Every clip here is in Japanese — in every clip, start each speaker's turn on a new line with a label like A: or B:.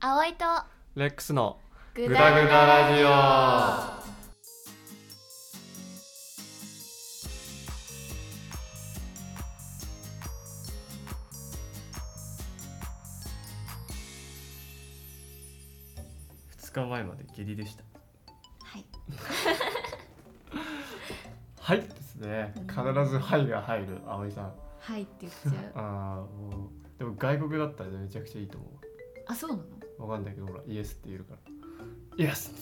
A: 葵と
B: レックスの
A: グ
B: グダグダラジオ
C: 2日前まで下痢でした
A: はい
B: はいですね必ず「はい」が入る葵さん
A: はいって言っち ゃう
B: あーもうでも外国だったらめちゃくちゃいいと思
A: あそうなの
B: うわかんないけどほらイエスって言えるからイエス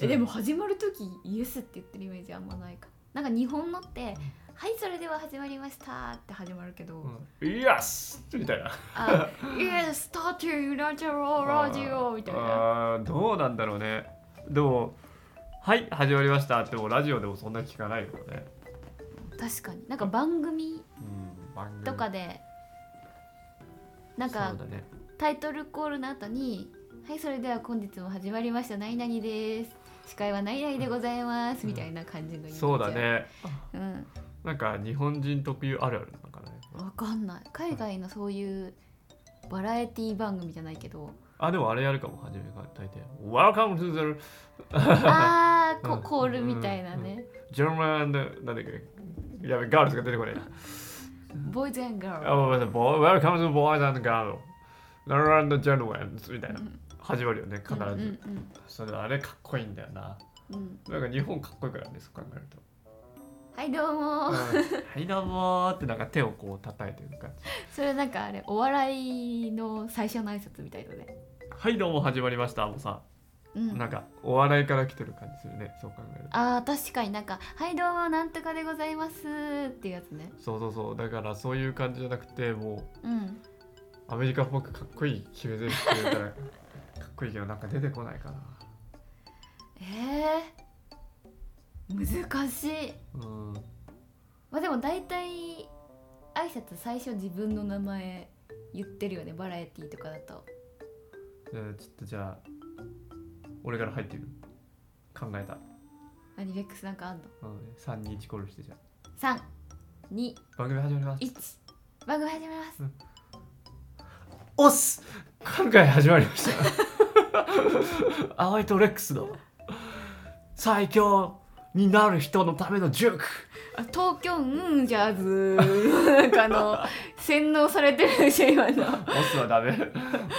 A: えでも始まる時イエスって言ってるイメージあんまないかなんか日本のってはいそれでは始まりましたって始まるけど、
B: うんイエスみたいな
A: あイエススタートユナチャロラジオみたいな
B: あーどうなんだろうねでも「はい始まりました」ってもうラジオでもそんな聞かないよね、
A: 確かになんか番組
B: うん、番組
A: とかで、なんか
B: そうだね
A: タイトルコールの後に「はいそれでは本日も始まりました何々です」司会は何々でございます、
B: うん
A: みたいな感じのイメージ
B: そうだね
A: うん
B: なんか日本人特有あるあるなんかね
A: わかんない海外のそういうバラエティ番組じゃないけど
B: あでもあれやるかも初めから大体「Welcome to the
A: あーこ
B: うん
A: コールみたいなね、
B: ジェルマンなんだっけやべ、ガールズが出てこない。
A: ボーイズガール
B: あ、ごめんなさい、ボー、Welcome to Boys and Girls。Girls and Gentlemen みたいな。始まるよね、必ず。
A: うんうん
B: それあれかっこいいんだよな。
A: うんうん
B: なんか日本かっこいいからね、そう考えると。
A: はいどうも、
B: はい、どうもーってなんか手をこう叩いてる感じ。
A: それなんかあれお笑いの最初の挨拶みたいだね
B: はい、どうも始まりました。もうさ、
A: うん
B: なんかお笑いから来てる感じするね、そう考えると。
A: あー確かになんか「はいどうもなんとかでございます」っていうやつね
B: そうそうそう、だからそういう感じじゃなくて、もう
A: うん
B: アメリカっぽくかっこいい決め台詞っ て言うから、かっこいいけどなんか出てこないかな。
A: えー、難しい
B: うん。
A: まあでも大体挨拶最初自分の名前言ってるよねバラエティーとかだと
B: じゃあちょっとじゃあ俺から入ってみる考えた、
A: アニレックスなんかあんの
B: うん、321コールしてじゃ
A: 321
B: あ番組始まります
A: 番組始めます
B: おっす今回始まりましたアワイとレックスの最強になる人のための塾
A: あ東京うんジャズ なんかあの洗脳されてるでしょ今の
B: オスはダメ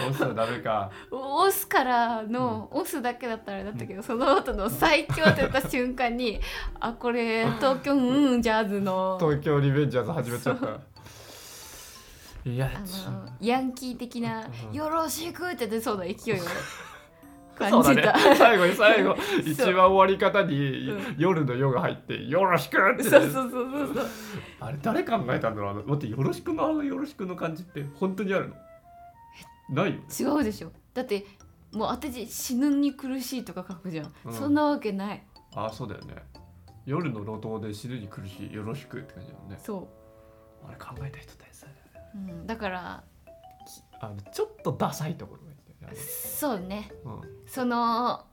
B: オスはダメか
A: 押すからの、押すだけだったらあれだったけど、その後の最強って言った瞬間にあこれ東京うんジャズの
B: 東京リベンジャーズ始めちゃったいや
A: あ
B: ちょ
A: のヤンキー的な
B: う
A: 「
B: んうん
A: よろしく」って出そうな勢いを
B: そ
A: 感
B: うだ
A: じ
B: ね
A: た。
B: 最後に最後
A: う
B: 一番終わり方に
A: う
B: 夜の夜が入って「よろしく!」って
A: そうそうそうそうそう
B: あれ誰考えたんだろうあの待ってよろしくのあのよろしくの感じって本当にあるのないよ
A: 違うでしょだってもう私死ぬに苦しいとか書くじゃん、
B: うん
A: そんなわけない
B: ああそうだよね夜の路頭で死ぬに苦しいよろしくって感じだよね
A: そ
B: あれ考えた人天才だよね
A: う、うん、だから
B: あのちょっとダサいところがいいんだよね
A: そうね
B: あ
A: そのあ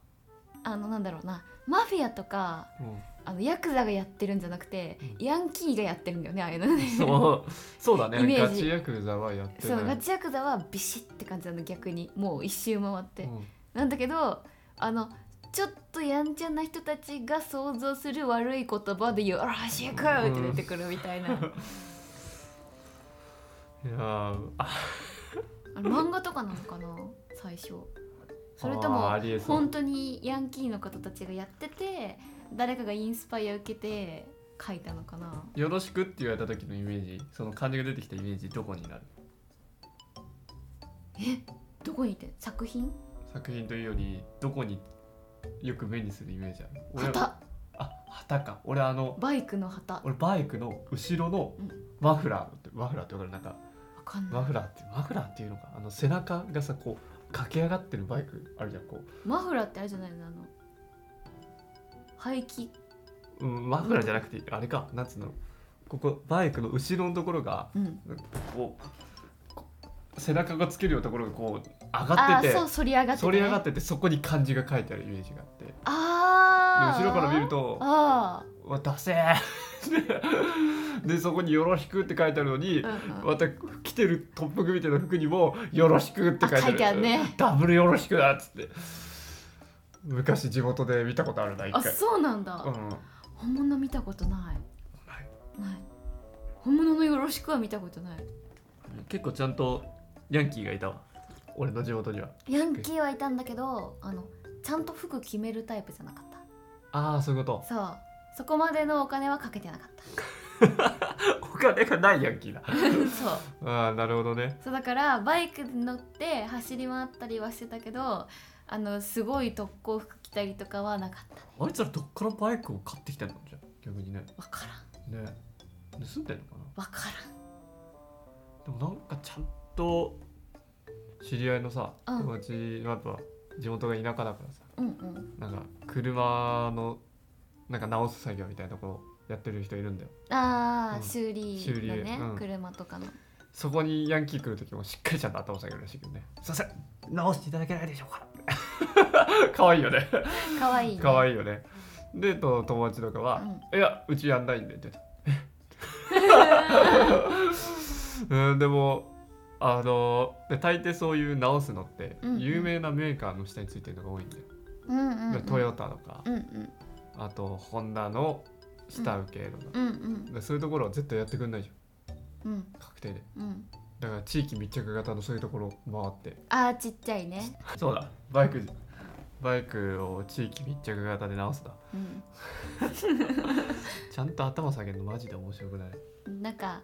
A: のなんだろうなマフィアとか
B: れうん、うん
A: あのヤクザがやってるんじゃなくて、
B: う
A: ヤンキーがやってるんだよねああいうのね
B: そうそうだ
A: イメ
B: ね
A: ー
B: ガ
A: ジ
B: チヤクザはやって
A: そう
B: な
A: ガ
B: い
A: チヤクザはビシッって感じなの逆にもう一周回って、
B: うん
A: なんだけどあのちょっとやんちゃな人たちが想像する悪い言葉で「よろしく!」って出てくるみたいな、
B: いやーあ
A: あの漫画とかなのかな最初それと
B: あー
A: も
B: ありえそう
A: 本当にヤンキーの方たちがやってて誰かがインスパイア受けて書いたのかな
B: よろしくって言われた時のイメージその漢字が出てきたイメージどこになる
A: どこにいて作品
B: 作品というよりどこによく目にするイメージある俺は
A: 旗
B: あ旗か俺あの
A: バイクの旗わ
B: 俺バイクの後ろの
A: うん
B: マフラーってマフラーってわかるなんか
A: かんな
B: マ
A: い
B: フラーってマフラーっていうのかあの背中がさこう駆け上がってるバイクあるじゃんこ
A: マフラーってあれじゃないのあの排気
B: う、うん、マフラーじゃなくてあれかなんつうのここバイクの後ろのところが
A: うん
B: こうこ背中がつけるようなところがこう上が
A: あ
B: って
A: ー
B: て
A: そう反り上がってて
B: 反り上がっててそこに漢字が書いてあるイメージがあってで
A: ああ
B: 後ろから見ると
A: ああ
B: 「うわダセー!」でそこに「よろしく」って書いてあるのに、
A: うんうん
B: また着てるトップ組みたいな服にも「よろしく」って書いてある
A: あ書いてあるね
B: ダブルよろしくだっつって昔地元で見たことあるな一
A: あ
B: 回
A: そうなんだ、
B: うん
A: 本物見たことない
B: な
A: ない本物のよろしくは見たことない
B: 結構ちゃんとヤンキーがいたわ俺の地元には
A: ヤンキーはいたんだけどあのちゃんと服決めるタイプじゃなかっ
B: ああそういうこ
A: たそうそこまでのお金はかけてな かった
B: とお金がないヤンキーだ
A: そう
B: ああなるほどね
A: そうだからバイクに乗って走り回ったりはしてたけどあのすごい特攻服着たりとかはなかったね
B: あいつらどっからバイクを買ってきたのじゃあ逆にね
A: わからん
B: ね盗んでんのかな
A: わからん
B: でもなんかちゃんと知り合いのさ、
A: うん
B: 友達のやっぱ地元が田舎だからさ
A: うんうん
B: なんか車のなんか直す作業みたいなとこやってる人いるんだよ
A: ああ、
B: うん
A: 修理
B: 修理
A: だね、
B: うん
A: 車とかの
B: そこにヤンキー来る時もしっかりちゃんと頭下げるらしいけどねすいません直していただけないでしょうか 可愛いよね
A: かわいい、ね、
B: 可
A: い
B: 愛いよねでと友達とかは「いやうちやんないんで」って言って うんでもあので大抵そういう直すのって
A: うんうん
B: 有名なメーカーの下についてるのが多いんだよ、
A: うんうん、うん、
B: トヨタとか
A: う、んうん
B: あとホンダの下請けとか、
A: うんうん
B: でそういうところは絶対やってくんないじ
A: うん
B: ゃん確定で
A: うん
B: だから地域密着型のそういうところを回って
A: ああちっちゃいね
B: そうだバイクバイクを地域密着型で直すだ
A: う
B: ちゃんと頭下げるのマジで面白くない
A: んなんか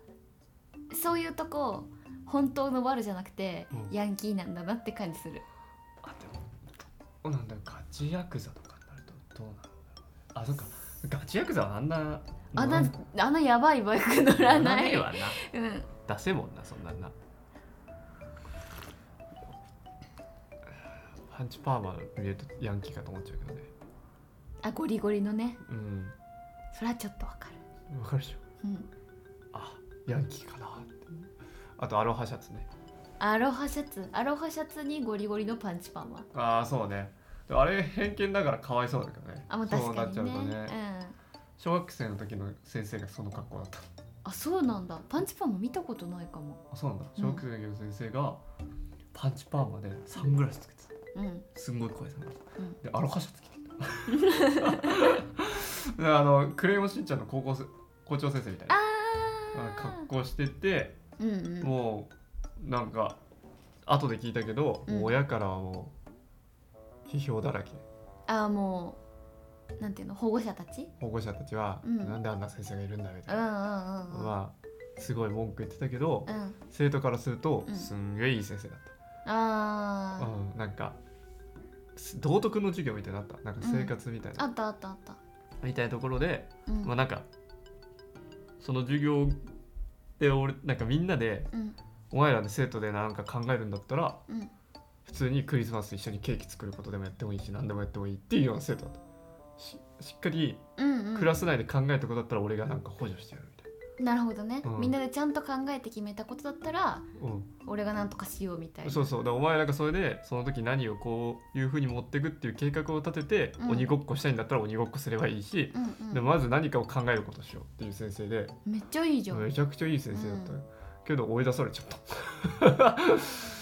A: そういうとこ本当の悪じゃなくて、
B: うん
A: ヤンキーなんだなって感じする
B: あでもどうなんだろうガチヤクザとかになるとどうなんだろうあそっかガチヤクザはあんな
A: あん
B: 乗
A: な
B: ら
A: あんなやばいバイク乗ら
B: 乗
A: な
B: ね
A: い
B: えわな
A: うん
B: 出せもんなそんなんなパンチパーマ見るとヤンキーかと思っちゃうけどね
A: あゴリゴリのね
B: うん
A: それはちょっとわかる
B: わかるでしょ
A: うん
B: あヤンキーかなってあとアロハシャツね
A: アロハシャツアロハシャツにゴリゴリのパンチパンは
B: ああそうねでもあれ偏見だからかわいそうだけどね
A: あもう確かに
B: そ
A: ね
B: うなっちゃうとね
A: うん
B: 小学生の時の先生がその格好だった
A: あそうなんだパンチパンも見たことないかも
B: あそうなんだ
A: うん
B: 小学生の時の先生がパンチパーマでサングラスつけてた
A: うん
B: すんごい怖いサングラス
A: うん
B: でアロハシャツ着てた であのクレヨンしんちゃんの高校生校長先生みたい
A: あ
B: な
A: あ
B: 格好してて
A: うんうん
B: もうなんか後で聞いたけど、
A: うん
B: もう親からはもう批評だらけ
A: あーもうなんていうの保護者たち
B: 保護者たちは、
A: うん
B: なんであんな先生がいるんだみた
A: う
B: い
A: んう
B: な、
A: んうんうん、
B: まあすごい文句言ってたけど、
A: うん
B: 生徒からすると、
A: うん
B: すんげえいい先生だった
A: あー
B: うん、なんかす道徳の授業みたいになのあったなんか生活みたいな、
A: あったあったあった
B: みたいなところで、
A: うん、
B: まあなんかその授業で俺なんかみんなで
A: うん
B: お前らで生徒でなんか考えるんだったら
A: うん
B: 普通にクリスマス一緒にケーキ作ることでもやってもいいし何でもやってもいいっていうような生徒だったししっかり
A: うんうん
B: クラス内で考えたことだったら俺がなんか補助してやるみたい
A: なるほどね、
B: うん
A: みんなでちゃんと考えて決めたことだったら
B: な、
A: 俺がなんとかしようみたい
B: うん、
A: な
B: そうそうだからお前らがそれでその時何をこういうふうに持ってくっていう計画を立てて、
A: うん
B: 鬼ごっこしたいんだったら鬼ごっこすればいいし、
A: うん
B: で
A: うん、
B: まず何かを考えることをしようっていう先生で
A: めっちゃいいじゃん
B: めちゃくちゃいい先生だったよ、けど追い出されちゃっ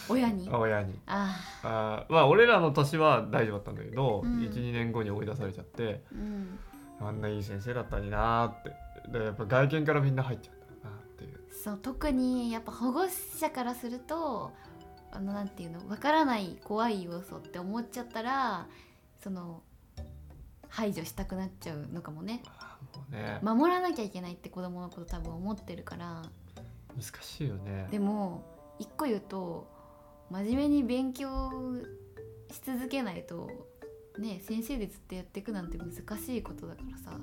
A: 親に
B: た親に
A: あ
B: あーまあ俺らの年は大丈夫だったんだけど、
A: うん
B: 12年後に追い出されちゃって
A: ーうん
B: あんないい先生だったのになーってでやっぱ外見からみんな入っちゃったなっていう
A: そう特にやっぱ保護者からするとあのなんていうのわからない怖い要素って思っちゃったらその排除したくなっちゃうのかもね
B: あーもうね
A: 守らなきゃいけないって子供のこと多分思ってるから
B: 難しいよね
A: でも一個言うと真面目に勉強し続けないとね先生でずっとやっていくなんて難しいことだからさ